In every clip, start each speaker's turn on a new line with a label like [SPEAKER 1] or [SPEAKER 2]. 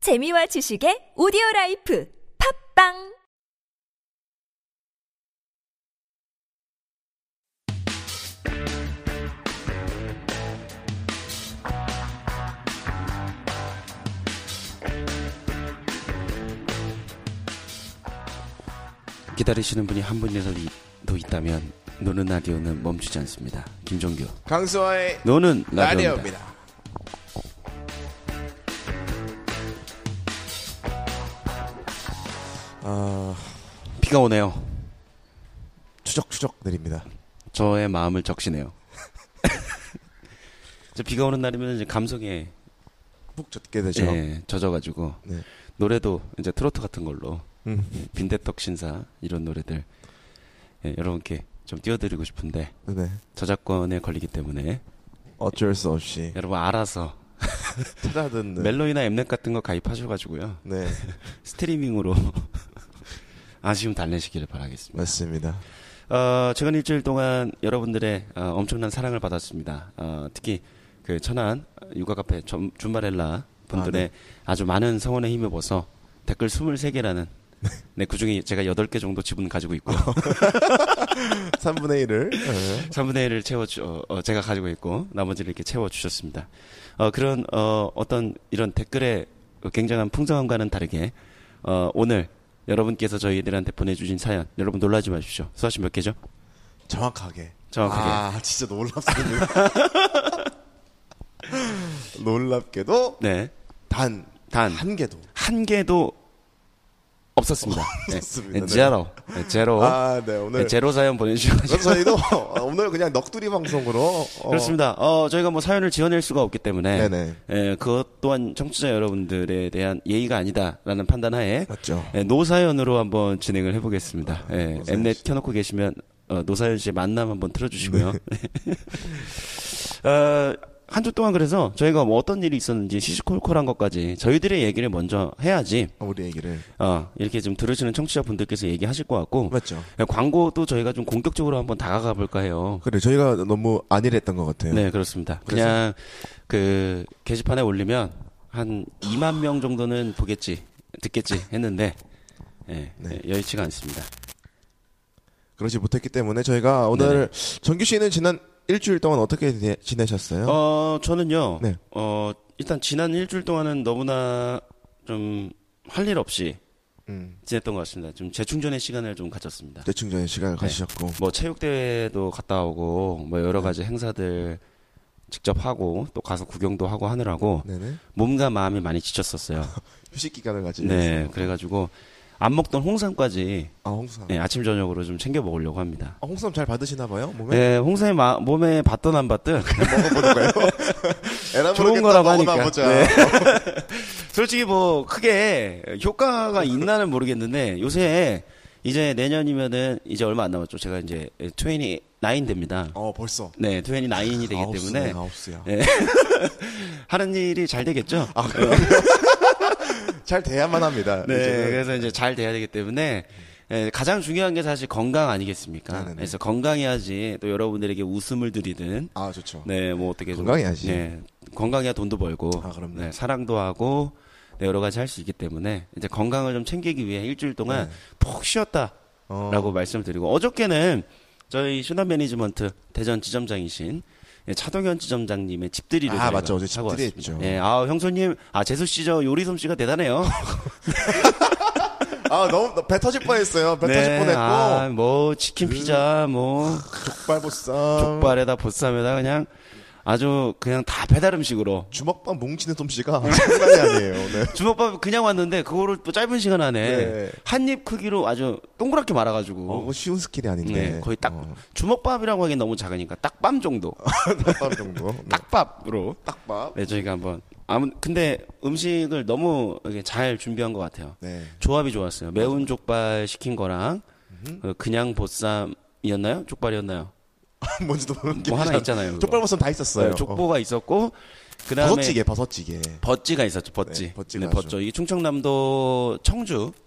[SPEAKER 1] 재미와 지식의 오디오 라이프 팝빵
[SPEAKER 2] 기다리시는 분이 한 분이라도 있다면 노는 라디오는 멈추지 않습니다. 김종규.
[SPEAKER 3] 강수아의
[SPEAKER 2] 노는
[SPEAKER 3] 네,
[SPEAKER 2] 라디오입니다.
[SPEAKER 3] 라디오입니다. 어,
[SPEAKER 2] 비가 오네요.
[SPEAKER 3] 추적추적 내립니다.
[SPEAKER 2] 저의 마음을 적시네요. 이제 비가 오는 날이면 이제 감성에
[SPEAKER 3] 푹 젖게 되죠.
[SPEAKER 2] 예, 젖어가지고
[SPEAKER 3] 네.
[SPEAKER 2] 노래도 이제 트로트 같은 걸로
[SPEAKER 3] 음,
[SPEAKER 2] 빈대떡 신사 이런 노래들 예, 여러분께 좀 띄워드리고 싶은데
[SPEAKER 3] 네.
[SPEAKER 2] 저작권에 걸리기 때문에
[SPEAKER 3] 어쩔 수 없이
[SPEAKER 2] 여러분 알아서
[SPEAKER 3] 찾아듣는
[SPEAKER 2] 멜로이나 엠넷 같은 거 가입하셔가지고요
[SPEAKER 3] 네
[SPEAKER 2] 스트리밍으로 아쉬움 달래시기를 바라겠습니다.
[SPEAKER 3] 맞습니다.
[SPEAKER 2] 어, 최근 일주일 동안 여러분들의 어, 엄청난 사랑을 받았습니다. 어, 특히 그 천안 육아 카페 점- 줌바렐라 분들의 아, 주 많은 성원에 힘입어서 댓글 23개라는 네, 그 중에 제가 8개 정도 지분 가지고 있고요.
[SPEAKER 3] 3분의 1을 네.
[SPEAKER 2] 3분의 1을 채워주, 어, 어, 제가 가지고 있고, 나머지를 이렇게 채워주셨습니다. 어, 그런, 어, 어떤, 이런 댓글의 굉장한 풍성함과는 다르게, 어, 오늘 여러분께서 저희들한테 보내주신 사연, 여러분 놀라지 마십시오. 수아씨 몇 개죠?
[SPEAKER 3] 정확하게
[SPEAKER 2] 정확하게.
[SPEAKER 3] 아 진짜 놀랍습니다. 놀랍게도
[SPEAKER 2] 네.
[SPEAKER 3] 단 한
[SPEAKER 2] 단,
[SPEAKER 3] 개도
[SPEAKER 2] 한 개도 없었습니다.
[SPEAKER 3] 없었습니다. 네.
[SPEAKER 2] 제로. 네, 제로.
[SPEAKER 3] 아네
[SPEAKER 2] 네,
[SPEAKER 3] 오늘
[SPEAKER 2] 제로 사연 보내주셔가지고.
[SPEAKER 3] 그래서 저희도 오늘 그냥 넋두리 방송으로 어,
[SPEAKER 2] 그렇습니다. 어, 저희가 뭐 사연을 지어낼 수가 없기 때문에.
[SPEAKER 3] 네네.
[SPEAKER 2] 예, 그것 또한 청취자 여러분들에 대한 예의가 아니다라는 판단하에
[SPEAKER 3] 맞죠.
[SPEAKER 2] 예, 노사연으로 한번 진행을 해보겠습니다. 예,
[SPEAKER 3] 노사연
[SPEAKER 2] 엠넷
[SPEAKER 3] 씨.
[SPEAKER 2] 켜놓고 계시면 어, 노사연 씨의 만남 한번 틀어주시고요.
[SPEAKER 3] 네.
[SPEAKER 2] 어, 한 주 동안 그래서 저희가 뭐 어떤 일이 있었는지 시시콜콜한 것까지 저희들의 얘기를 먼저 해야지
[SPEAKER 3] 우리 얘기를
[SPEAKER 2] 어, 이렇게 좀 들으시는 청취자분들께서 얘기하실 것 같고
[SPEAKER 3] 맞죠.
[SPEAKER 2] 예, 광고도 저희가 좀 공격적으로 한번 다가가 볼까 해요.
[SPEAKER 3] 그래 저희가 너무 안일했던 것 같아요.
[SPEAKER 2] 네, 그렇습니다. 그
[SPEAKER 3] 그래서?
[SPEAKER 2] 냥그 게시판에 올리면 한 2만 명 정도는 보겠지, 듣겠지 했는데 예,
[SPEAKER 3] 네.
[SPEAKER 2] 예, 여의치가 않습니다.
[SPEAKER 3] 그러지 못했기 때문에 저희가 오늘 정규 씨는 지난 일주일 동안 어떻게 지- 지내셨어요?
[SPEAKER 2] 어, 저는요.
[SPEAKER 3] 네.
[SPEAKER 2] 어, 일단 지난 일주일 동안은 너무나 좀 할 일 없이
[SPEAKER 3] 음,
[SPEAKER 2] 지냈던 것 같습니다. 좀 재충전의 시간을 좀 가졌습니다.
[SPEAKER 3] 대충 전에 시간을 가지셨고
[SPEAKER 2] 뭐 체육대회도 갔다 오고 뭐 여러
[SPEAKER 3] 네.
[SPEAKER 2] 가지 행사들 직접 하고 또 가서 구경도 하고 하느라고
[SPEAKER 3] 네네
[SPEAKER 2] 몸과 마음이 많이 지쳤었어요.
[SPEAKER 3] 아, 휴식 기간을 가지고
[SPEAKER 2] 네, 그래가지고 안 먹던 홍삼까지
[SPEAKER 3] 아 홍삼
[SPEAKER 2] 네, 아침 저녁으로 좀 챙겨 먹으려고 합니다.
[SPEAKER 3] 아, 홍삼 잘 받으시나 봐요 몸에
[SPEAKER 2] 네, 홍삼이 마- 몸에 받든 안 받든
[SPEAKER 3] 먹어보는 거예요. 에라
[SPEAKER 2] 좋은
[SPEAKER 3] 모르겠다,
[SPEAKER 2] 거라고
[SPEAKER 3] 먹어봐
[SPEAKER 2] 하니까.
[SPEAKER 3] 보자.
[SPEAKER 2] 네. 솔직히 뭐 크게 효과가 있나는 모르겠는데 요새 이제 내년이면은 이제 얼마 안 남았죠. 제가 이제 29 됩니다.
[SPEAKER 3] 어 벌써
[SPEAKER 2] 네, 29이 되기
[SPEAKER 3] 아홉
[SPEAKER 2] 때문에
[SPEAKER 3] 수네, 아홉 수야.
[SPEAKER 2] 네. 하는 일이 잘 되겠죠?
[SPEAKER 3] 아 그래요? 잘 돼야만 합니다.
[SPEAKER 2] 네,
[SPEAKER 3] 이제는.
[SPEAKER 2] 그래서 이제 잘 돼야 되기 때문에 예, 가장 중요한 게 사실 건강 아니겠습니까?
[SPEAKER 3] 네네네.
[SPEAKER 2] 그래서 건강해야지 또 여러분들에게 웃음을 드리든
[SPEAKER 3] 아 좋죠.
[SPEAKER 2] 네, 뭐 어떻게 좀-
[SPEAKER 3] 건강해야지.
[SPEAKER 2] 네, 건강해야 돈도 벌고
[SPEAKER 3] 아, 그럼요.
[SPEAKER 2] 네, 사랑도 하고 네, 여러 가지 할 수 있기 때문에 이제 건강을 좀 챙기기 위해 일주일 동안 푹 쉬었다라고
[SPEAKER 3] 네. 어,
[SPEAKER 2] 말씀드리고 어저께는 저희 신한 매니지먼트 대전 지점장이신 예, 차동현 지점장님의 집들이를
[SPEAKER 3] 아,
[SPEAKER 2] 저희가
[SPEAKER 3] 맞죠. 어제
[SPEAKER 2] 하고
[SPEAKER 3] 집들이
[SPEAKER 2] 왔습니다.
[SPEAKER 3] 했죠.
[SPEAKER 2] 예, 아 형수님, 아 재수 씨 저 요리 솜씨가 대단해요.
[SPEAKER 3] 아 너무 배 터질 뻔했어요. 배 터질 뻔했고
[SPEAKER 2] 아, 뭐 치킨 피자 뭐
[SPEAKER 3] 족발보쌈
[SPEAKER 2] 족발에다 보쌈에다 그냥 아주 그냥 다 배달 음식으로
[SPEAKER 3] 주먹밥 뭉치는 솜씨가 장난이 아니에요. 네.
[SPEAKER 2] 주먹밥 그냥 왔는데 그거를 또 짧은 시간 안에
[SPEAKER 3] 네.
[SPEAKER 2] 한 입 크기로 아주 동그랗게
[SPEAKER 3] 어,
[SPEAKER 2] 말아가지고
[SPEAKER 3] 그거 쉬운 스킬이 아닌데.
[SPEAKER 2] 네, 거의 딱
[SPEAKER 3] 어,
[SPEAKER 2] 주먹밥이라고 하기엔 너무 작으니까 딱밤 정도
[SPEAKER 3] 떡밥 정도. 네.
[SPEAKER 2] 딱밥으로
[SPEAKER 3] 딱밥.
[SPEAKER 2] 네 저희가 한번 아무 근데 음식을 너무 이렇게 잘 준비한 것 같아요
[SPEAKER 3] 네.
[SPEAKER 2] 조합이 좋았어요 매운 족발 시킨 거랑
[SPEAKER 3] 음.
[SPEAKER 2] 그 그냥 보쌈이었나요 족발이었나요
[SPEAKER 3] 뭔지도 모르겠
[SPEAKER 2] 뭐 하나 있잖아요 그거.
[SPEAKER 3] 족발버섯 다
[SPEAKER 2] 네,
[SPEAKER 3] 있었어요. 어.
[SPEAKER 2] 족보가 있었고 그다음에
[SPEAKER 3] 버섯찌개, 버섯찌개.
[SPEAKER 2] 버찌가 있었죠. 버찌.
[SPEAKER 3] 네, 버찌가
[SPEAKER 2] 버찌. 이게 충청남도 청주
[SPEAKER 3] 아.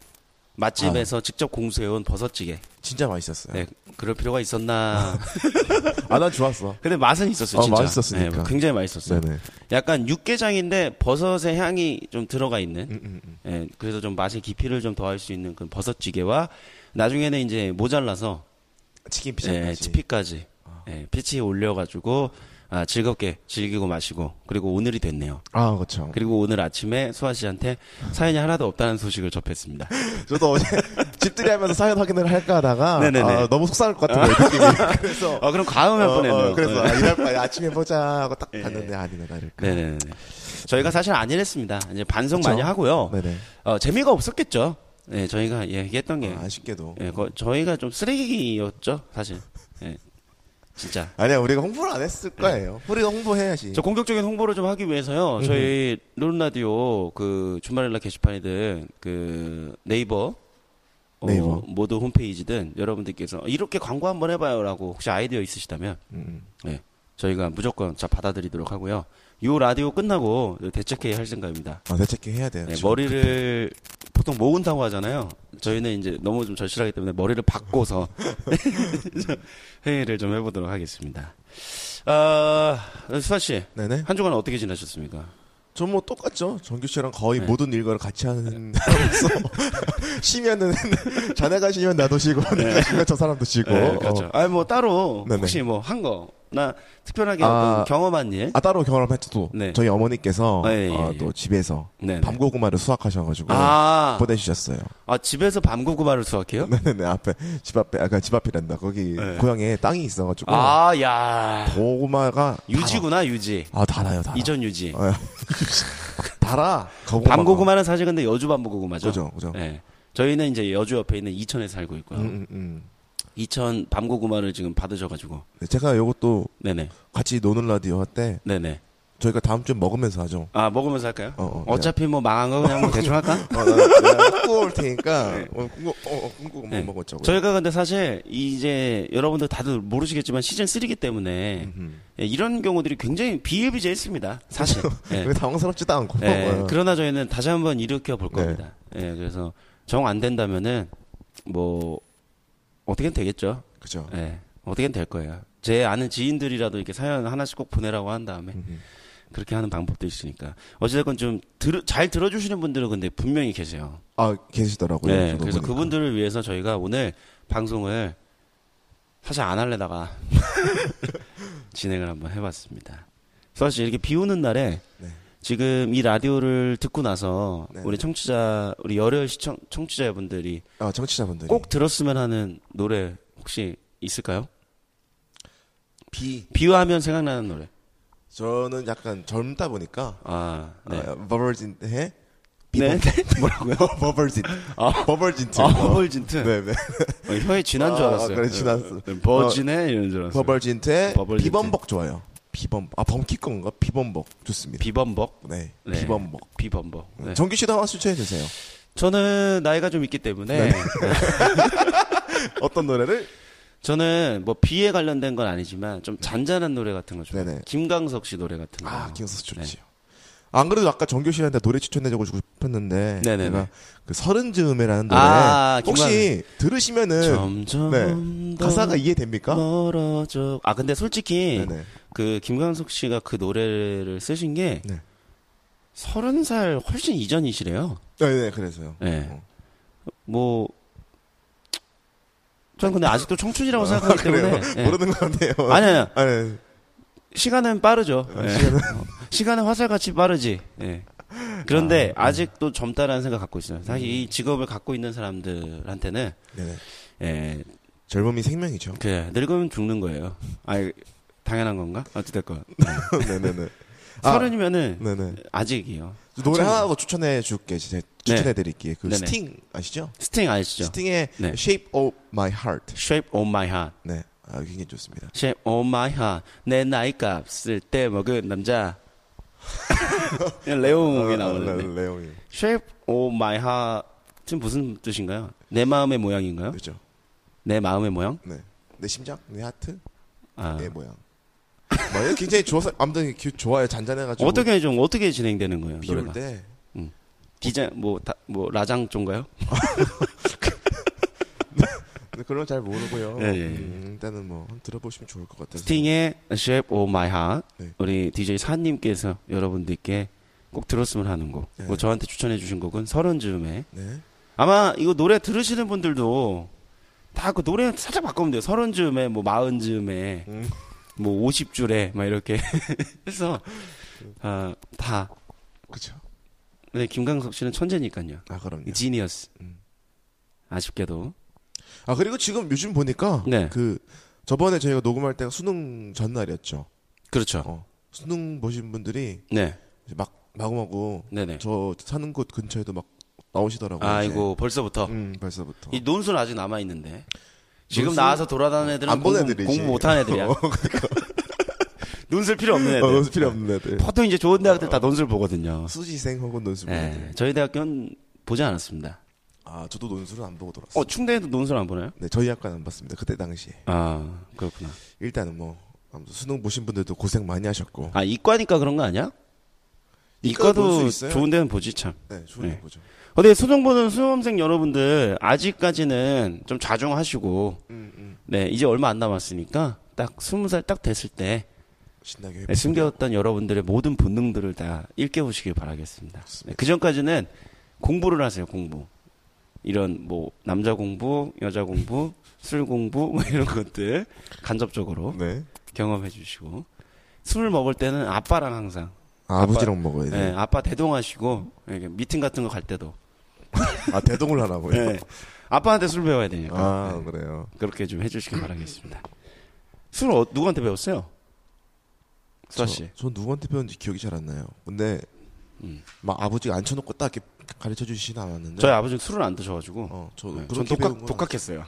[SPEAKER 2] 맛집에서 직접 공수해온 버섯찌개.
[SPEAKER 3] 진짜 맛있었어요.
[SPEAKER 2] 네, 그럴 필요가 있었나.
[SPEAKER 3] 아, 난 좋았어.
[SPEAKER 2] 근데 맛은 있었어요,
[SPEAKER 3] 어,
[SPEAKER 2] 진짜.
[SPEAKER 3] 맛있었으니까.
[SPEAKER 2] 네, 굉장히 맛있었어요.
[SPEAKER 3] 네네.
[SPEAKER 2] 약간 육개장인데 버섯의 향이 좀 들어가 있는.
[SPEAKER 3] 음,
[SPEAKER 2] 예, 그래서 좀 맛의 깊이를 좀 더할 수 있는 그 버섯찌개와 나중에는 이제 모자라서
[SPEAKER 3] 치킨
[SPEAKER 2] 예,
[SPEAKER 3] 피자까지. 아.
[SPEAKER 2] 치피까지 예, 피치에 올려가지고 아, 즐겁게 즐기고 마시고 그리고 오늘이 됐네요.
[SPEAKER 3] 아, 그렇죠.
[SPEAKER 2] 그리고 오늘 아침에 수아 씨한테 사연이 하나도 없다는 소식을 접했습니다.
[SPEAKER 3] 저도 어제 집들이 하면서 사연 확인을 할까 하다가
[SPEAKER 2] 그 네네네.
[SPEAKER 3] 아, 너무 속상할 것 같은 거예요. 느낌이. 그래서
[SPEAKER 2] 어, 그럼 과음할
[SPEAKER 3] 어,
[SPEAKER 2] 뻔했네요.
[SPEAKER 3] 어, 그래서
[SPEAKER 2] 네.
[SPEAKER 3] 아, 이럴 바에 아침에 보자 하고 딱 봤는데 아니네 나 이럴까.
[SPEAKER 2] 네네네. 저희가 사실 안 이랬습니다. 이제 반성 많이
[SPEAKER 3] 그쵸?
[SPEAKER 2] 하고요.
[SPEAKER 3] 네네.
[SPEAKER 2] 어, 재미가 없었겠죠. 네, 저희가 예, 얘기했던 게
[SPEAKER 3] 아, 아쉽게도.
[SPEAKER 2] 예, 거- 저희가 좀 쓰레기였죠, 사실. 예. 진짜.
[SPEAKER 3] 아니야 우리가 홍보를 안 했을 거예요. 예. 우리가 홍보해야지.
[SPEAKER 2] 네. 저 공격적인 홍보를 좀 하기 위해서요. 저희 룰라디오 그 주말일날 게시판이든 그 네이버 어,
[SPEAKER 3] 네이버.
[SPEAKER 2] 모두 홈페이지든 여러분들께서 이렇게 광고 한번 해봐요라고 혹시 아이디어 있으시다면
[SPEAKER 3] 음.
[SPEAKER 2] 예, 저희가 무조건 자 받아들이도록 하고요. 요 라디오 끝나고 대책회의 할 생각입니다.
[SPEAKER 3] 아, 대책기 해야 돼요.
[SPEAKER 2] 네,
[SPEAKER 3] 지금.
[SPEAKER 2] 머리를 보통 모은다고 하잖아요. 저희는 이제 너무 좀 절실하기 때문에 머리를 바꿔서 회의를 좀 해보도록 하겠습니다. 아, 수아 씨,
[SPEAKER 3] 네네.
[SPEAKER 2] 한 주간 어떻게 지내셨습니까?
[SPEAKER 3] 전 뭐 똑같죠. 정규 씨랑 거의
[SPEAKER 2] 네.
[SPEAKER 3] 모든 일과를 같이 하는 사람으로서 쉬면은 자네가 쉬면 나도 쉬고 내가 쉬면 저 사람도 쉬고.
[SPEAKER 2] 네, 그렇죠.
[SPEAKER 3] 어.
[SPEAKER 2] 아니 뭐 따로
[SPEAKER 3] 네네.
[SPEAKER 2] 혹시 뭐 한 거나 특별하게
[SPEAKER 3] 아.
[SPEAKER 2] 어떤 경험한 일?
[SPEAKER 3] 아 따로 경험을 했죠 또
[SPEAKER 2] 네.
[SPEAKER 3] 저희 어머니께서
[SPEAKER 2] 아, 예, 예,
[SPEAKER 3] 어,
[SPEAKER 2] 예.
[SPEAKER 3] 또 집에서
[SPEAKER 2] 네네.
[SPEAKER 3] 밤고구마를 수확하셔가지고
[SPEAKER 2] 아,
[SPEAKER 3] 보내주셨어요.
[SPEAKER 2] 아, 집에서 밤고구마를 수확해요?
[SPEAKER 3] 네네네 앞에 집 앞에 아까 그러니까 집 앞이란다 거기
[SPEAKER 2] 네.
[SPEAKER 3] 고향에 땅이 있어가지고
[SPEAKER 2] 아, 야,
[SPEAKER 3] 고구마가
[SPEAKER 2] 유지구나 유지.
[SPEAKER 3] 달아. 아 달아요 달아.
[SPEAKER 2] 이전 유지.
[SPEAKER 3] 어, 달아. 고구마가.
[SPEAKER 2] 밤고구마는 사실 근데 여주 밤고구마죠.
[SPEAKER 3] 그죠 그죠.
[SPEAKER 2] 네. 저희는 이제 여주 옆에 있는 이천에 살고 있고요.
[SPEAKER 3] 음, 음, 음.
[SPEAKER 2] 이천 밤고구마를 지금 받으셔가지고.
[SPEAKER 3] 네, 제가 요것도
[SPEAKER 2] 네네.
[SPEAKER 3] 같이 노는 라디오 할 때
[SPEAKER 2] 네네.
[SPEAKER 3] 저희가 다음 주에 먹으면서 하죠.
[SPEAKER 2] 아, 먹으면서 할까요?
[SPEAKER 3] 어, 어,
[SPEAKER 2] 차피뭐 망한 거 그냥 뭐 대충 할까?
[SPEAKER 3] 어, 내가 먹고 올 테니까 어, 꿈꿔, 어, 꿈꿔
[SPEAKER 2] 네.
[SPEAKER 3] 못 먹었죠.
[SPEAKER 2] 저희가 근데 사실 이제 여러분들 다들 모르시겠지만 시즌 3이기 때문에 예, 이런 경우들이 굉장히 비일비재했습니다. 사실. 예.
[SPEAKER 3] 네. 당황스럽지도 않고
[SPEAKER 2] 예,
[SPEAKER 3] 어,
[SPEAKER 2] 그러나 저희는 다시 한번 일으켜 볼
[SPEAKER 3] 네.
[SPEAKER 2] 겁니다. 예, 그래서 정 안 된다면은 뭐 어떻게든 되겠죠.
[SPEAKER 3] 그죠.
[SPEAKER 2] 예. 어떻게든 될 거예요. 제 아는 지인들이라도 이렇게 사연 하나씩 꼭 보내라고 한 다음에
[SPEAKER 3] 음.
[SPEAKER 2] 그렇게 하는 방법도 있으니까 어찌됐건 좀 잘 들어주시는 분들은 근데 분명히 계세요.
[SPEAKER 3] 아 계시더라고요.
[SPEAKER 2] 네,
[SPEAKER 3] 저도
[SPEAKER 2] 그래서
[SPEAKER 3] 보니까.
[SPEAKER 2] 그분들을 위해서 저희가 오늘 방송을 사실 안 할래다가 진행을 한번 해봤습니다. 사실 이렇게 비 오는 날에
[SPEAKER 3] 네.
[SPEAKER 2] 지금 이 라디오를 듣고 나서
[SPEAKER 3] 네.
[SPEAKER 2] 우리 청취자 우리 열혈 시청 청취자분들이
[SPEAKER 3] 아 정치자분들이
[SPEAKER 2] 꼭 들었으면 하는 노래 혹시 있을까요?
[SPEAKER 3] 비
[SPEAKER 2] 비하면 생각나는 노래.
[SPEAKER 3] 저는 약간 젊다 보니까
[SPEAKER 2] 아, 네.
[SPEAKER 3] 버벌진 해
[SPEAKER 2] 네.
[SPEAKER 3] 뭐라고요? 버벌진
[SPEAKER 2] 아.
[SPEAKER 3] 버벌진
[SPEAKER 2] 아, 버벌진트.
[SPEAKER 3] 네네
[SPEAKER 2] 어, 혀에 진한 줄
[SPEAKER 3] 아,
[SPEAKER 2] 알았어요.
[SPEAKER 3] 그래, 지났어.
[SPEAKER 2] 네, 버진해 이런 줄 알았어요.
[SPEAKER 3] 버벌진테
[SPEAKER 2] 버벌진트.
[SPEAKER 3] 비범벅 좋아요. 비범벅 아 범키 건가 비범벅 좋습니다.
[SPEAKER 2] 비범벅.
[SPEAKER 3] 네,
[SPEAKER 2] 네.
[SPEAKER 3] 비범벅
[SPEAKER 2] 비범벅. 네.
[SPEAKER 3] 정규 씨도 한번 추천해 주세요.
[SPEAKER 2] 저는 나이가 좀 있기
[SPEAKER 3] 네.
[SPEAKER 2] 때문에
[SPEAKER 3] 어떤 노래를?
[SPEAKER 2] 저는 뭐 비에 관련된 건 아니지만 좀 잔잔한 노래 같은 거 좋아해요.
[SPEAKER 3] 네. 네네.
[SPEAKER 2] 김강석 씨 노래 같은 거.
[SPEAKER 3] 아, 김수
[SPEAKER 2] 네.
[SPEAKER 3] 좋지요. 안 그래도 아까 정규 씨한테 노래 추천해주고 싶었는데
[SPEAKER 2] 네네네.
[SPEAKER 3] 제가 그 서른 즈음에라는 노래
[SPEAKER 2] 아,
[SPEAKER 3] 혹시 들으시면은
[SPEAKER 2] 점점
[SPEAKER 3] 네.
[SPEAKER 2] 더
[SPEAKER 3] 가사가 이해됩니까?
[SPEAKER 2] 멀어져. 아 근데 솔직히
[SPEAKER 3] 네네.
[SPEAKER 2] 그 김강석 씨가 그 노래를 쓰신 게
[SPEAKER 3] 네.
[SPEAKER 2] 서른 살 훨씬 이전이시래요.
[SPEAKER 3] 아, 네네 그래서요.
[SPEAKER 2] 네.
[SPEAKER 3] 어.
[SPEAKER 2] 뭐. 전 근데 아직도 청춘이라고
[SPEAKER 3] 아,
[SPEAKER 2] 생각하기
[SPEAKER 3] 그래요?
[SPEAKER 2] 때문에 예.
[SPEAKER 3] 모르는 것 같네요.
[SPEAKER 2] 아니 아니
[SPEAKER 3] 아, 네.
[SPEAKER 2] 시간은 빠르죠. 예.
[SPEAKER 3] 시간은-
[SPEAKER 2] 시간은 화살같이 빠르지. 예. 그런데
[SPEAKER 3] 네.
[SPEAKER 2] 아, 직도 젊다라는 생각 갖고 있어요. 사실 이 직업을 갖고 있는 사람들한테는
[SPEAKER 3] 네네.
[SPEAKER 2] 예,
[SPEAKER 3] 젊음이 생명이죠.
[SPEAKER 2] 그 늙으면 죽는 거예요. 아 당연한 건가? 어찌됐건
[SPEAKER 3] 네네네. 아.
[SPEAKER 2] 서른이면은
[SPEAKER 3] 네네.
[SPEAKER 2] 아직이요.
[SPEAKER 3] 노래 하나 더 추천해 줄게. 제가 추천해 드릴게요. 그
[SPEAKER 2] 네네.
[SPEAKER 3] 스팅 아시죠?
[SPEAKER 2] 스팅 아시죠?
[SPEAKER 3] 스팅의
[SPEAKER 2] 네.
[SPEAKER 3] Shape of My Heart.
[SPEAKER 2] Shape of my heart,
[SPEAKER 3] 네. 아, 굉장히 좋습니다.
[SPEAKER 2] shape of my heart. 내 나이 값쓸 때 먹은 남자.
[SPEAKER 3] 아,
[SPEAKER 2] 레옹이 나오는데.
[SPEAKER 3] 레옹이.
[SPEAKER 2] Shape of my heart. 지금 무슨 뜻인가요? 내 마음의 모양인가요?
[SPEAKER 3] 그렇죠.
[SPEAKER 2] 내 마음의 모양?
[SPEAKER 3] 네. 내 심장, 내 하트,
[SPEAKER 2] 아.
[SPEAKER 3] 내 모양. 예, 뭐, 이거 굉장히 좋아서 아무튼 이렇게 좋아요. 잔잔해가지고
[SPEAKER 2] 어떻게 좀 어떻게 진행되는 거예요?
[SPEAKER 3] 비올
[SPEAKER 2] 노래가
[SPEAKER 3] 때
[SPEAKER 2] 디자인 뭐 다- 뭐 라장 쪽인가요?
[SPEAKER 3] 그런 건 잘 모르고요.
[SPEAKER 2] 예, 예, 예.
[SPEAKER 3] 음, 일단은 뭐 한번 들어보시면 좋을 것 같아서.
[SPEAKER 2] 스팅의 Shape of My Heart
[SPEAKER 3] 네.
[SPEAKER 2] 우리 DJ 사님께서 여러분들께 꼭 들었으면 하는 곡.
[SPEAKER 3] 네.
[SPEAKER 2] 그리고 저한테 추천해 주신 곡은 서른 즈음에
[SPEAKER 3] 네.
[SPEAKER 2] 아마 이거 노래 들으시는 분들도 다 그 노래 살짝 바꾸면 돼요. 서른 즈음에 뭐 마흔 즈음에
[SPEAKER 3] 음.
[SPEAKER 2] 뭐 오십 줄에 막 이렇게 해서 아, 다.
[SPEAKER 3] 그렇죠.
[SPEAKER 2] 근데 김강석 씨는 천재니까요.
[SPEAKER 3] 아 그럼요.
[SPEAKER 2] 지니어스.
[SPEAKER 3] 음.
[SPEAKER 2] 아쉽게도
[SPEAKER 3] 아 그리고 지금 요즘 보니까
[SPEAKER 2] 네.
[SPEAKER 3] 그 저번에 저희가 녹음할 때가 수능 전날이었죠.
[SPEAKER 2] 그렇죠.
[SPEAKER 3] 어. 수능 보신 분들이
[SPEAKER 2] 네,
[SPEAKER 3] 이제 막 마구마구
[SPEAKER 2] 네네.
[SPEAKER 3] 저 사는 곳 근처에도 막 나오시더라고요.
[SPEAKER 2] 아이고 벌써부터
[SPEAKER 3] 이제. 네. 음, 벌써부터.
[SPEAKER 2] 이 논술 아직 남아 있는데 지금
[SPEAKER 3] 논술?
[SPEAKER 2] 나와서 돌아다니는 애들은
[SPEAKER 3] 안 보는
[SPEAKER 2] 공부,
[SPEAKER 3] 애들이지.
[SPEAKER 2] 공부 못하는 애들이야.
[SPEAKER 3] 어,
[SPEAKER 2] 논술 필요 없는 애들.
[SPEAKER 3] 어, 논술 필요 없는 애들. 어.
[SPEAKER 2] 보통 이제 좋은 대학들 다 논술 보거든요.
[SPEAKER 3] 수지생 혹은 논술 보는
[SPEAKER 2] 네,
[SPEAKER 3] 애들.
[SPEAKER 2] 저희 대학교는 보지 않았습니다.
[SPEAKER 3] 아 저도 논술은 안 보고 돌았어요.
[SPEAKER 2] 어 충대에도 논술 안 보나요?
[SPEAKER 3] 네 저희 학과는 안 봤습니다. 그때 당시에
[SPEAKER 2] 아 그렇구나.
[SPEAKER 3] 일단은 뭐 아무튼 수능 보신 분들도 고생 많이 하셨고.
[SPEAKER 2] 아 이과니까 그런 거 아니야?
[SPEAKER 3] 이과도 볼수
[SPEAKER 2] 이과도
[SPEAKER 3] 있어요.
[SPEAKER 2] 좋은 데는 보지 참.
[SPEAKER 3] 네, 좋은
[SPEAKER 2] 네.
[SPEAKER 3] 거죠.
[SPEAKER 2] 근데 수정보는 수험생 여러분들 아직까지는 좀 자중하시고
[SPEAKER 3] 음, 음.
[SPEAKER 2] 네 이제 얼마 안 남았으니까 딱 스무 살 딱 됐을 때
[SPEAKER 3] 신나게
[SPEAKER 2] 네, 숨겨왔던 여러분들의 모든 본능들을 다 일깨우시길 바라겠습니다. 그 전까지는 공부를 하세요, 공부. 이런 뭐 남자 공부, 여자 공부, 술 공부 뭐 이런 것들 간접적으로
[SPEAKER 3] 네.
[SPEAKER 2] 경험해 주시고 술을 먹을 때는 아빠랑 항상
[SPEAKER 3] 아, 아버지랑 먹어야 돼.
[SPEAKER 2] 네, 아빠 대동하시고 이렇게 미팅 같은 거 갈 때도
[SPEAKER 3] 아 대동을 하라고요.
[SPEAKER 2] 네, 아빠한테 술 배워야 되니까
[SPEAKER 3] 아 그래요.
[SPEAKER 2] 그렇게 좀 해주시길 바라겠습니다. 술 어, 누구한테 배웠어요? 네. 수아 씨.
[SPEAKER 3] 저, 저 누구한테 배웠는지 기억이 잘 안 나요. 근데
[SPEAKER 2] 음.
[SPEAKER 3] 막 아버지가 앉혀놓고 딱 이렇게 가르쳐 주시진 않았는데.
[SPEAKER 2] 저희 아버지 술을 안 드셔가지고
[SPEAKER 3] 어, 저
[SPEAKER 2] 네, 전
[SPEAKER 3] 그렇게
[SPEAKER 2] 독학
[SPEAKER 3] 배운 건-
[SPEAKER 2] 독학했어요.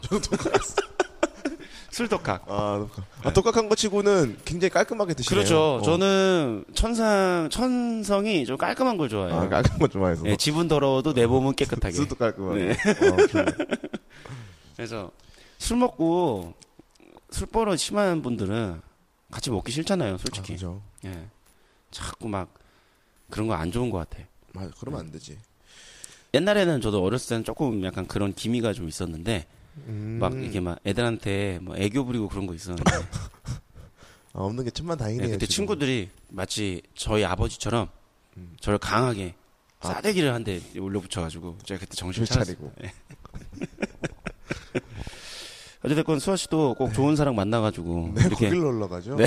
[SPEAKER 2] 술 독학.
[SPEAKER 3] 아 독학. 아 독학한 거 치고는 굉장히 깔끔하게 드시네요.
[SPEAKER 2] 네. 그렇죠.
[SPEAKER 3] 어.
[SPEAKER 2] 저는 천상 천성이 좀 깔끔한 걸 좋아해요.
[SPEAKER 3] 아, 깔끔한 거 좋아해서.
[SPEAKER 2] 예, 집은 더러워도 내 몸은 깨끗하게.
[SPEAKER 3] 술도 깔끔하게.
[SPEAKER 2] 네.
[SPEAKER 3] 어, 좋네.
[SPEAKER 2] 그래서 술 먹고 술버릇 심한 분들은 같이 먹기 싫잖아요,
[SPEAKER 3] 아,
[SPEAKER 2] 솔직히.
[SPEAKER 3] 그죠.
[SPEAKER 2] 예. 자꾸 막 그런 거 안 좋은 것 같아요.
[SPEAKER 3] 아, 그러면 안 되지.
[SPEAKER 2] 옛날에는 저도 어렸을 때는 조금 약간 그런 기미가 좀 있었는데 막
[SPEAKER 3] 음.
[SPEAKER 2] 이렇게 막 애들한테 뭐 애교 부리고 그런 거 있었는데
[SPEAKER 3] 아, 없는 게 천만
[SPEAKER 2] 예,
[SPEAKER 3] 다행이네요.
[SPEAKER 2] 그때
[SPEAKER 3] 지금.
[SPEAKER 2] 친구들이 마치 저희 아버지처럼 저를 강하게
[SPEAKER 3] 음. 아.
[SPEAKER 2] 싸대기를 한 대 올려붙여가지고 제가 그때 정신
[SPEAKER 3] 정신
[SPEAKER 2] 차렸어요.
[SPEAKER 3] 차리고.
[SPEAKER 2] 어쨌든 수아 씨도 꼭 좋은 사람 만나가지고
[SPEAKER 3] 네,
[SPEAKER 2] 이렇게
[SPEAKER 3] 거길로 올라가죠.
[SPEAKER 2] 네.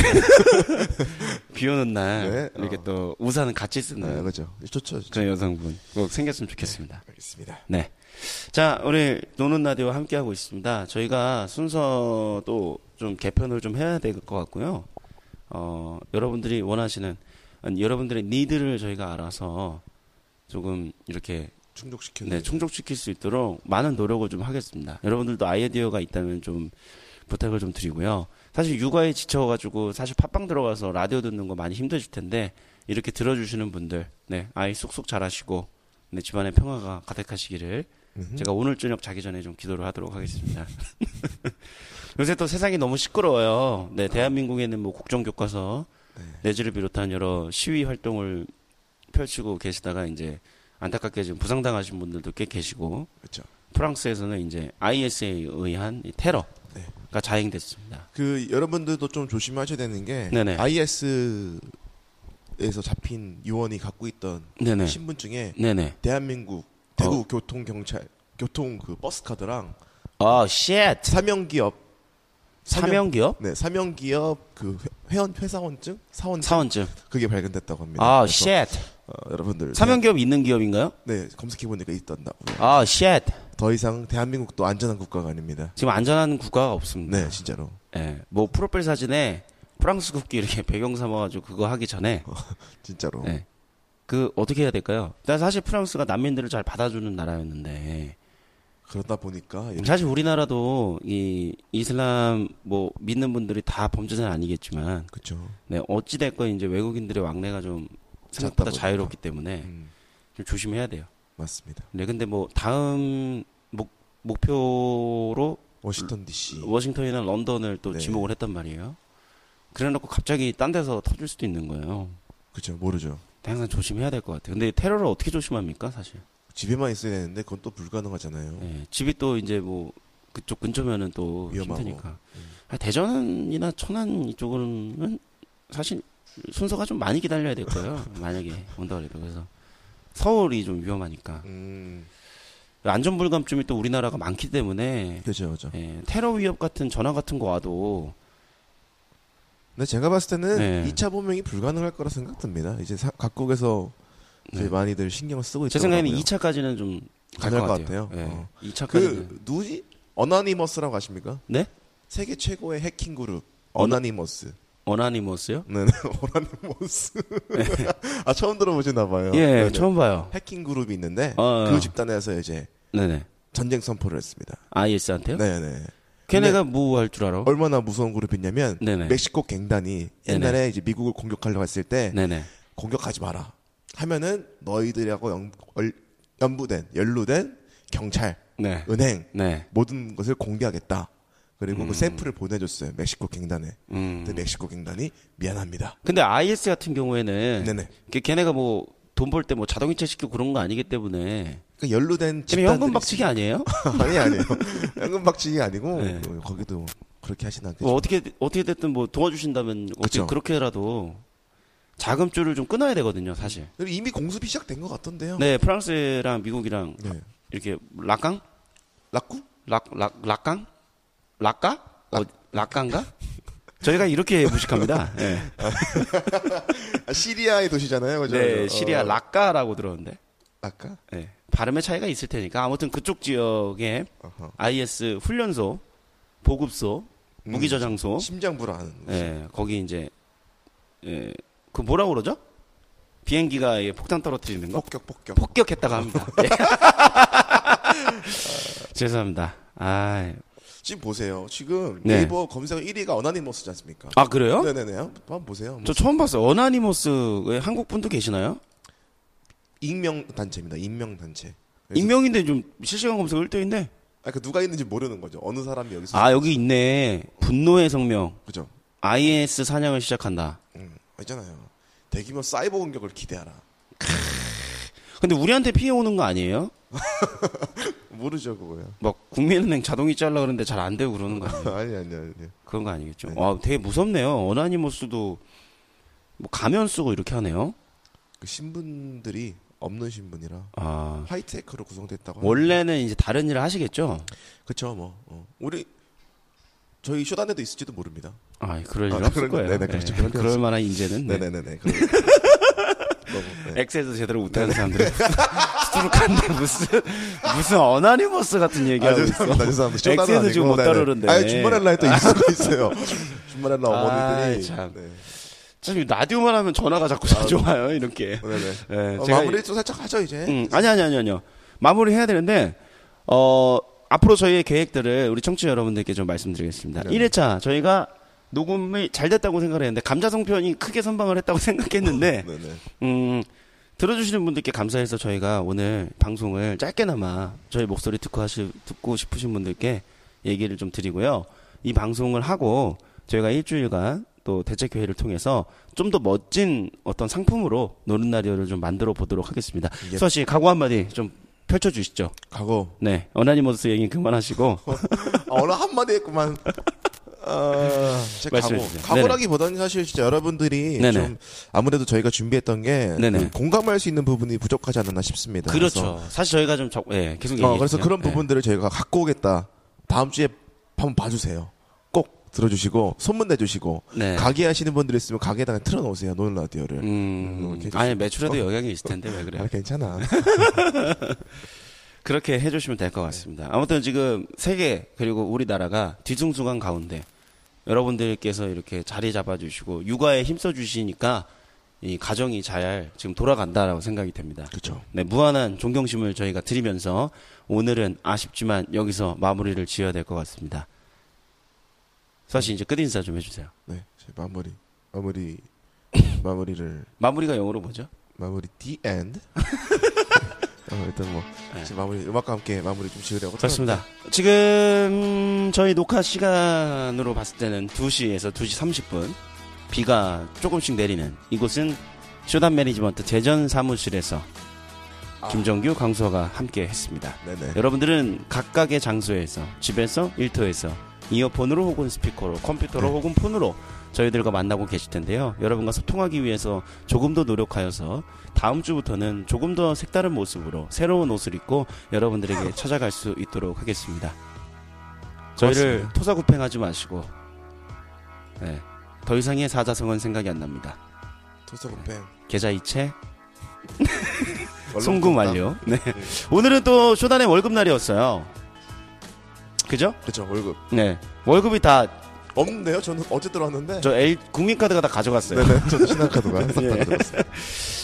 [SPEAKER 2] 비오는 날
[SPEAKER 3] 네,
[SPEAKER 2] 이렇게
[SPEAKER 3] 어.
[SPEAKER 2] 또 우산은 같이 쓰는
[SPEAKER 3] 네, 그렇죠. 좋죠. 좋죠.
[SPEAKER 2] 그런 여성분 꼭 생겼으면 좋겠습니다.
[SPEAKER 3] 알겠습니다.
[SPEAKER 2] 네. 자, 오늘 노는 라디오와 함께하고 있습니다. 저희가 순서도 좀 개편을 좀 해야 될 것 같고요. 어, 여러분들이 원하시는, 아니, 여러분들의 니드를 저희가 알아서 조금 이렇게
[SPEAKER 3] 충족시켜.
[SPEAKER 2] 네, 충족시킬 수 있도록 많은 노력을 좀 하겠습니다. 여러분들도 아이디어가 있다면 좀 부탁을 좀 드리고요. 사실 육아에 지쳐가지고 사실 팟빵 들어가서 라디오 듣는 거 많이 힘드실 텐데 이렇게 들어주시는 분들, 네, 아이 쏙쏙 잘하시고 네, 집안의 평화가 가득하시기를 제가 오늘 저녁 자기 전에 좀 기도를 하도록 하겠습니다. 요새 또 세상이 너무 시끄러워요.
[SPEAKER 3] 아.
[SPEAKER 2] 네, 대한민국에는 뭐 국정 교과서
[SPEAKER 3] 네.
[SPEAKER 2] 내지를 비롯한 여러 시위 활동을 펼치고 계시다가 이제 안타깝게 지금 부상당하신 분들도 꽤 계시고
[SPEAKER 3] 그렇죠.
[SPEAKER 2] 프랑스에서는 이제 IS에 의한 이 테러가
[SPEAKER 3] 네.
[SPEAKER 2] 자행됐습니다.
[SPEAKER 3] 그 여러분들도 좀 조심하셔야 되는 게
[SPEAKER 2] 네네.
[SPEAKER 3] IS에서 잡힌 요원이 갖고 있던
[SPEAKER 2] 네네. 어.
[SPEAKER 3] 신분증에
[SPEAKER 2] 네네.
[SPEAKER 3] 대한민국 대구 교통 경찰 교통 그 버스 카드랑
[SPEAKER 2] 아, 쉣.
[SPEAKER 3] 사명 기업
[SPEAKER 2] 사명 기업?
[SPEAKER 3] 네 사명 기업 그 회- 회원 회사원증 사원
[SPEAKER 2] 사원증.
[SPEAKER 3] 그게 발견됐다고 합니다.
[SPEAKER 2] 아,
[SPEAKER 3] 네, 그래서,
[SPEAKER 2] 쉣.
[SPEAKER 3] 어, 여러분들
[SPEAKER 2] 사명 기업 있는 기업인가요?
[SPEAKER 3] 네 검색해 보니까 있던다고요.
[SPEAKER 2] 아, 쉣.
[SPEAKER 3] 더 이상 대한민국도 안전한 국가가 아닙니다.
[SPEAKER 2] 지금 안전한 국가가 없습니다.
[SPEAKER 3] 네 진짜로
[SPEAKER 2] 예. 뭐 프로필 사진에 프랑스 국기 이렇게 배경 삼아 가지고 그거 하기 전에
[SPEAKER 3] 어. 진짜로
[SPEAKER 2] 네. 그 어떻게 해야 될까요? 일단 사실 프랑스가 난민들을 잘 받아주는 나라였는데
[SPEAKER 3] 그러다 보니까 이렇게
[SPEAKER 2] 예, 사실 우리나라도 이 이슬람 뭐 믿는 분들이 다 범죄자는 아니겠지만
[SPEAKER 3] 그렇죠.
[SPEAKER 2] 네 어찌 됐건 이제 외국인들의 왕래가 좀
[SPEAKER 3] 잦다
[SPEAKER 2] 생각보다
[SPEAKER 3] 보니까.
[SPEAKER 2] 자유롭기 때문에
[SPEAKER 3] 음,
[SPEAKER 2] 좀 조심해야 돼요.
[SPEAKER 3] 맞습니다.
[SPEAKER 2] 네 근데 뭐 다음 목 목표로
[SPEAKER 3] 워싱턴 D.C.
[SPEAKER 2] 워싱턴이나 런던을 또
[SPEAKER 3] 네.
[SPEAKER 2] 지목을 했단 말이에요. 그래놓고 갑자기 딴 데서 터질 수도 있는 거예요.
[SPEAKER 3] 그렇죠 모르죠.
[SPEAKER 2] 항상 조심해야 될 것 같아요. 근데 테러를 어떻게 조심합니까 사실?
[SPEAKER 3] 집에만 있어야 되는데 그건 또 불가능하잖아요.
[SPEAKER 2] 예, 집이 또 이제 뭐 그쪽 근처면은 또
[SPEAKER 3] 위험하고. 음.
[SPEAKER 2] 힘드니까. 아, 대전이나 천안 이쪽은 사실 순서가 좀 많이 기다려야 될 거예요. 만약에 온다 그래도 그래서 서울이 좀 위험하니까
[SPEAKER 3] 음,
[SPEAKER 2] 안전 불감증이 또 우리나라가 많기 때문에
[SPEAKER 3] 그렇죠, 그렇죠.
[SPEAKER 2] 예, 테러 위협 같은 전화 같은 거 와도
[SPEAKER 3] 근데 제가 봤을 때는
[SPEAKER 2] 네.
[SPEAKER 3] 이 2차 범행이 불가능할 거라 생각됩니다. 이제 사- 각국에서 이제
[SPEAKER 2] 네.
[SPEAKER 3] 많이들 신경을 쓰고
[SPEAKER 2] 제
[SPEAKER 3] 있더라고요.
[SPEAKER 2] 생각에는 2차까지는 좀 갈 것
[SPEAKER 3] 가능할
[SPEAKER 2] 같아요.
[SPEAKER 3] 것 같아요.
[SPEAKER 2] 예,
[SPEAKER 3] 어.
[SPEAKER 2] 2차까지는
[SPEAKER 3] 그 누구지? 어나니머스라고 아십니까?
[SPEAKER 2] 네?
[SPEAKER 3] 세계 최고의 해킹 그룹 어나니머스.
[SPEAKER 2] 어나니머스요?
[SPEAKER 3] 네, 네, 어나니머스. 아 처음 들어보시나 봐요.
[SPEAKER 2] 네. 예,
[SPEAKER 3] 네, 네.
[SPEAKER 2] 처음 봐요.
[SPEAKER 3] 해킹 그룹이 있는데
[SPEAKER 2] 어,
[SPEAKER 3] 그
[SPEAKER 2] 어.
[SPEAKER 3] 집단에서 이제
[SPEAKER 2] 네네.
[SPEAKER 3] 전쟁 선포를 했습니다.
[SPEAKER 2] 아이에스한테요?
[SPEAKER 3] 네, 네.
[SPEAKER 2] 걔네가 뭐 할 줄 알아?
[SPEAKER 3] 얼마나 무서운 그룹이냐면
[SPEAKER 2] 네네.
[SPEAKER 3] 멕시코 갱단이 옛날에 이제 미국을 공격하려고 했을 때
[SPEAKER 2] 네네.
[SPEAKER 3] 공격하지 마라 하면은 너희들하고 연, 얼- 연부된 연루된 경찰
[SPEAKER 2] 네.
[SPEAKER 3] 은행
[SPEAKER 2] 네.
[SPEAKER 3] 모든 것을 공개하겠다 그리고 그 샘플을 보내줬어요 멕시코 갱단에
[SPEAKER 2] 음.
[SPEAKER 3] 근데 멕시코 갱단이 미안합니다
[SPEAKER 2] 근데 IS 같은 경우에는
[SPEAKER 3] 네네
[SPEAKER 2] 걔- 걔네가 뭐 돈 벌 때 뭐 자동이체 시키고 그런 거 아니기 때문에
[SPEAKER 3] 그 연루된
[SPEAKER 2] 지금
[SPEAKER 3] 집단들이
[SPEAKER 2] 현금 박치기 아니에요?
[SPEAKER 3] 아니 아니에요 연금 박치기 아니고
[SPEAKER 2] 네.
[SPEAKER 3] 어, 거기도 그렇게 하진 않겠죠
[SPEAKER 2] 뭐 어떻게 어떻게 됐든 뭐 도와주신다면 어떻게
[SPEAKER 3] 그쵸.
[SPEAKER 2] 그렇게라도 자금줄을 좀 끊어야 되거든요, 사실.
[SPEAKER 3] 그리고 이미 공습이 시작된 것 같던데요
[SPEAKER 2] 네, 프랑스랑 미국이랑
[SPEAKER 3] 네.
[SPEAKER 2] 이렇게 락강?
[SPEAKER 3] 라쿠
[SPEAKER 2] 락, 락, 락강? 락가? 어, 락강가? 저희가 이렇게 무식합니다. 네,
[SPEAKER 3] 아, 시리아의 도시잖아요 그죠
[SPEAKER 2] 네, 시리아
[SPEAKER 3] 어,
[SPEAKER 2] 락가라고 들었는데.
[SPEAKER 3] 라카
[SPEAKER 2] 네, 발음의 차이가 있을 테니까 아무튼 그쪽 지역에
[SPEAKER 3] 어허.
[SPEAKER 2] IS 훈련소, 보급소,
[SPEAKER 3] 음.
[SPEAKER 2] 무기 저장소,
[SPEAKER 3] 심장 불안
[SPEAKER 2] 예, 거기 이제 예, 그 뭐라 고 그러죠? 비행기가 예, 폭탄 떨어뜨리는 거
[SPEAKER 3] 폭격 폭격
[SPEAKER 2] 폭격했다고 합니다. 예. 죄송합니다. 아,
[SPEAKER 3] 지금 보세요. 지금
[SPEAKER 2] 네.
[SPEAKER 3] 네이버 검색 1위가 어나니머스지 않습니까?
[SPEAKER 2] 아 그래요?
[SPEAKER 3] 네네네. 한번 보세요. 뭐
[SPEAKER 2] 저 처음 봤어요. 어나니머스 왜 한국 분도 계시나요?
[SPEAKER 3] 익명 단체입니다. 익명 단체.
[SPEAKER 2] 네,
[SPEAKER 3] 그래서-
[SPEAKER 2] 익명인데 좀 실시간 검색 1등인데
[SPEAKER 3] 아, 그 누가 있는지 모르는 거죠. 어느 사람이 여기서
[SPEAKER 2] 아 여기 있네. 분노의 성명.
[SPEAKER 3] 그죠?
[SPEAKER 2] IS 사냥을 시작한다.
[SPEAKER 3] 음, 있잖아요. 대규모 사이버 공격을 기대하라.
[SPEAKER 2] 근데 우리한테 피해 오는 거 아니에요?
[SPEAKER 3] 모르죠 그거요.
[SPEAKER 2] 막 국민은행 자동이 잘라 그러는데 잘 안 되고 그러는 거 아니에요?
[SPEAKER 3] 아니 아니 아니.
[SPEAKER 2] 그런 거 아니겠죠?
[SPEAKER 3] 네.
[SPEAKER 2] 와, 되게 무섭네요. 어나니머스도 뭐 가면 쓰고 이렇게 하네요.
[SPEAKER 3] 그 신분들이 없는 신분이라
[SPEAKER 2] 아,
[SPEAKER 3] 화이트 해커로 구성됐다고.
[SPEAKER 2] 원래는 이제 다른 일을 하시겠죠?
[SPEAKER 3] 그렇죠 뭐. 어. 우리 저희 쇼단에도 있을지도 모릅니다.
[SPEAKER 2] 아, 그럴
[SPEAKER 3] 아,
[SPEAKER 2] 일 없을
[SPEAKER 3] 그런-
[SPEAKER 2] 거예요.
[SPEAKER 3] 네네, 그렇죠. 그럴 필요
[SPEAKER 2] 그럴 만한 인재는 네.
[SPEAKER 3] 네네네네. 그럼- 너무, 네.
[SPEAKER 2] 엑스에서 제대로 못하는 사람들은 수두룩한데 무슨 무슨 어나니머스 같은
[SPEAKER 3] 아,
[SPEAKER 2] 얘기하고 있어.
[SPEAKER 3] 죄송합니다. 죄송합니다. 쇼다는
[SPEAKER 2] 엑스에서
[SPEAKER 3] 아니고,
[SPEAKER 2] 지금 못
[SPEAKER 3] 네네.
[SPEAKER 2] 다루는데.
[SPEAKER 3] 아니, 준바렐라에 또 있을 거 있어요. 준바렐라
[SPEAKER 2] 아,
[SPEAKER 3] 어머니들이.
[SPEAKER 2] 참.
[SPEAKER 3] 네.
[SPEAKER 2] 참 이거 라디오만 하면 전화가 자꾸 자주 와요. 이렇게.
[SPEAKER 3] 네네.
[SPEAKER 2] 예,
[SPEAKER 3] 어,
[SPEAKER 2] 제가
[SPEAKER 3] 마무리 좀 살짝 하죠, 이제.
[SPEAKER 2] 음, 아니 아니 아니 아니요. 마무리 해야 되는데 어 앞으로 저희의 계획들을 우리 청취자 여러분들께 좀 말씀드리겠습니다. 1회차 저희가 녹음이 잘 됐다고 생각을 했는데 감자성편이 크게 선방을 했다고 생각했는데
[SPEAKER 3] 네네.
[SPEAKER 2] 음 들어주시는 분들께 감사해서 저희가 오늘 방송을 짧게나마 저희 목소리 듣고 하시, 듣고 싶으신 분들께 얘기를 좀 드리고요. 이 방송을 하고 저희가 일주일간 또 대책회의를 통해서 좀 더 멋진 어떤 상품으로 노는 날이를 좀 만들어 보도록 하겠습니다.
[SPEAKER 3] 예.
[SPEAKER 2] 수아 씨 각오 한마디 좀 펼쳐주시죠.
[SPEAKER 3] 가고.
[SPEAKER 2] 네, 어나니머스 얘기 그만하시고
[SPEAKER 3] 아, 오늘 한마디 했구만. 아, 제
[SPEAKER 2] 말씀해
[SPEAKER 3] 가고.
[SPEAKER 2] 주세요.
[SPEAKER 3] 가고라기보다는 사실 진짜 여러분들이
[SPEAKER 2] 네네.
[SPEAKER 3] 좀 아무래도 저희가 준비했던 게
[SPEAKER 2] 네네.
[SPEAKER 3] 좀 공감할 수 있는 부분이 부족하지 않았나 싶습니다.
[SPEAKER 2] 그렇죠. 사실 저희가 좀 적, 예, 계속
[SPEAKER 3] 그래서,
[SPEAKER 2] 얘기해
[SPEAKER 3] 어, 그래서
[SPEAKER 2] 주세요.
[SPEAKER 3] 그런
[SPEAKER 2] 예.
[SPEAKER 3] 부분들을 저희가 갖고 오겠다. 다음 주에 한번 봐주세요. 꼭 들어주시고 소문 내주시고
[SPEAKER 2] 네.
[SPEAKER 3] 가게 하시는 분들 있으면 가게에다가 틀어놓으세요. 노는 라디오를.
[SPEAKER 2] 음,
[SPEAKER 3] 이렇게
[SPEAKER 2] 아니 매출에도
[SPEAKER 3] 어?
[SPEAKER 2] 영향이 있을 텐데 왜 그래요?
[SPEAKER 3] 아, 괜찮아.
[SPEAKER 2] 그렇게 해주시면 될 것 같습니다. 아무튼 지금 세계 그리고 우리나라가 뒤숭숭한 가운데 여러분들께서 이렇게 자리 잡아주시고 육아에 힘써 주시니까 이 가정이 잘 지금 돌아간다라고 생각이 됩니다.
[SPEAKER 3] 그렇죠.
[SPEAKER 2] 네, 무한한 존경심을 저희가 드리면서 오늘은 아쉽지만 여기서 마무리를 지어야 될 것 같습니다. 사실 이제 끝 인사 좀 해주세요.
[SPEAKER 3] 네, 이제 마무리, 마무리, 마무리를
[SPEAKER 2] 마무리가 영어로 뭐죠?
[SPEAKER 3] 마무리 the end. 어, 일단 뭐
[SPEAKER 2] 네.
[SPEAKER 3] 이제 마무리 음악과 함께 마무리 좀 지으려고.
[SPEAKER 2] 그렇습니다. 지금 저희 녹화 시간으로 봤을 때는 2시에서 2시 30분 비가 조금씩 내리는 이곳은 쇼단 매니지먼트 대전 사무실에서 김정규, 강수아가 함께 했습니다.
[SPEAKER 3] 네네.
[SPEAKER 2] 여러분들은 각각의 장소에서 집에서 일터에서 이어폰으로 혹은 스피커로 컴퓨터로
[SPEAKER 3] 네.
[SPEAKER 2] 혹은 폰으로 저희들과 만나고 계실 텐데요. 여러분과 소통하기 위해서 조금 더 노력하여서 다음 주부터는 조금 더 색다른 모습으로 새로운 옷을 입고 여러분들에게 찾아갈 수 있도록 하겠습니다. 저희를
[SPEAKER 3] 고맙습니다.
[SPEAKER 2] 토사구팽하지 마시고 네, 더 이상의 사자성은 생각이 안 납니다.
[SPEAKER 3] 토스고팽.
[SPEAKER 2] 계좌 이체 송금 완료. 네. 오늘은 또 쇼단의 월급 날이었어요. 그죠?
[SPEAKER 3] 그렇죠 월급.
[SPEAKER 2] 네. 월급이 다 저
[SPEAKER 3] 없는데요? 저는 어제 들어왔는데.
[SPEAKER 2] L 국민카드가 다 가져갔어요.
[SPEAKER 3] 네네. 저도 신한카드가
[SPEAKER 2] 예.
[SPEAKER 3] 싹다 들어갔어요.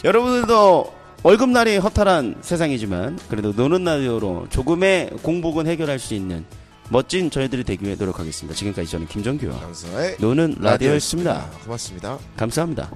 [SPEAKER 2] 여러분들도 월급 날이 허탈한 세상이지만 그래도 노는 날로 조금의 공복은 해결할 수 있는 멋진 저희들이 되기 위해 노력하겠습니다. 지금까지 저는 김정규와
[SPEAKER 3] 감사해.
[SPEAKER 2] 노는 라디오였습니다.
[SPEAKER 3] 고맙습니다.
[SPEAKER 2] 감사합니다.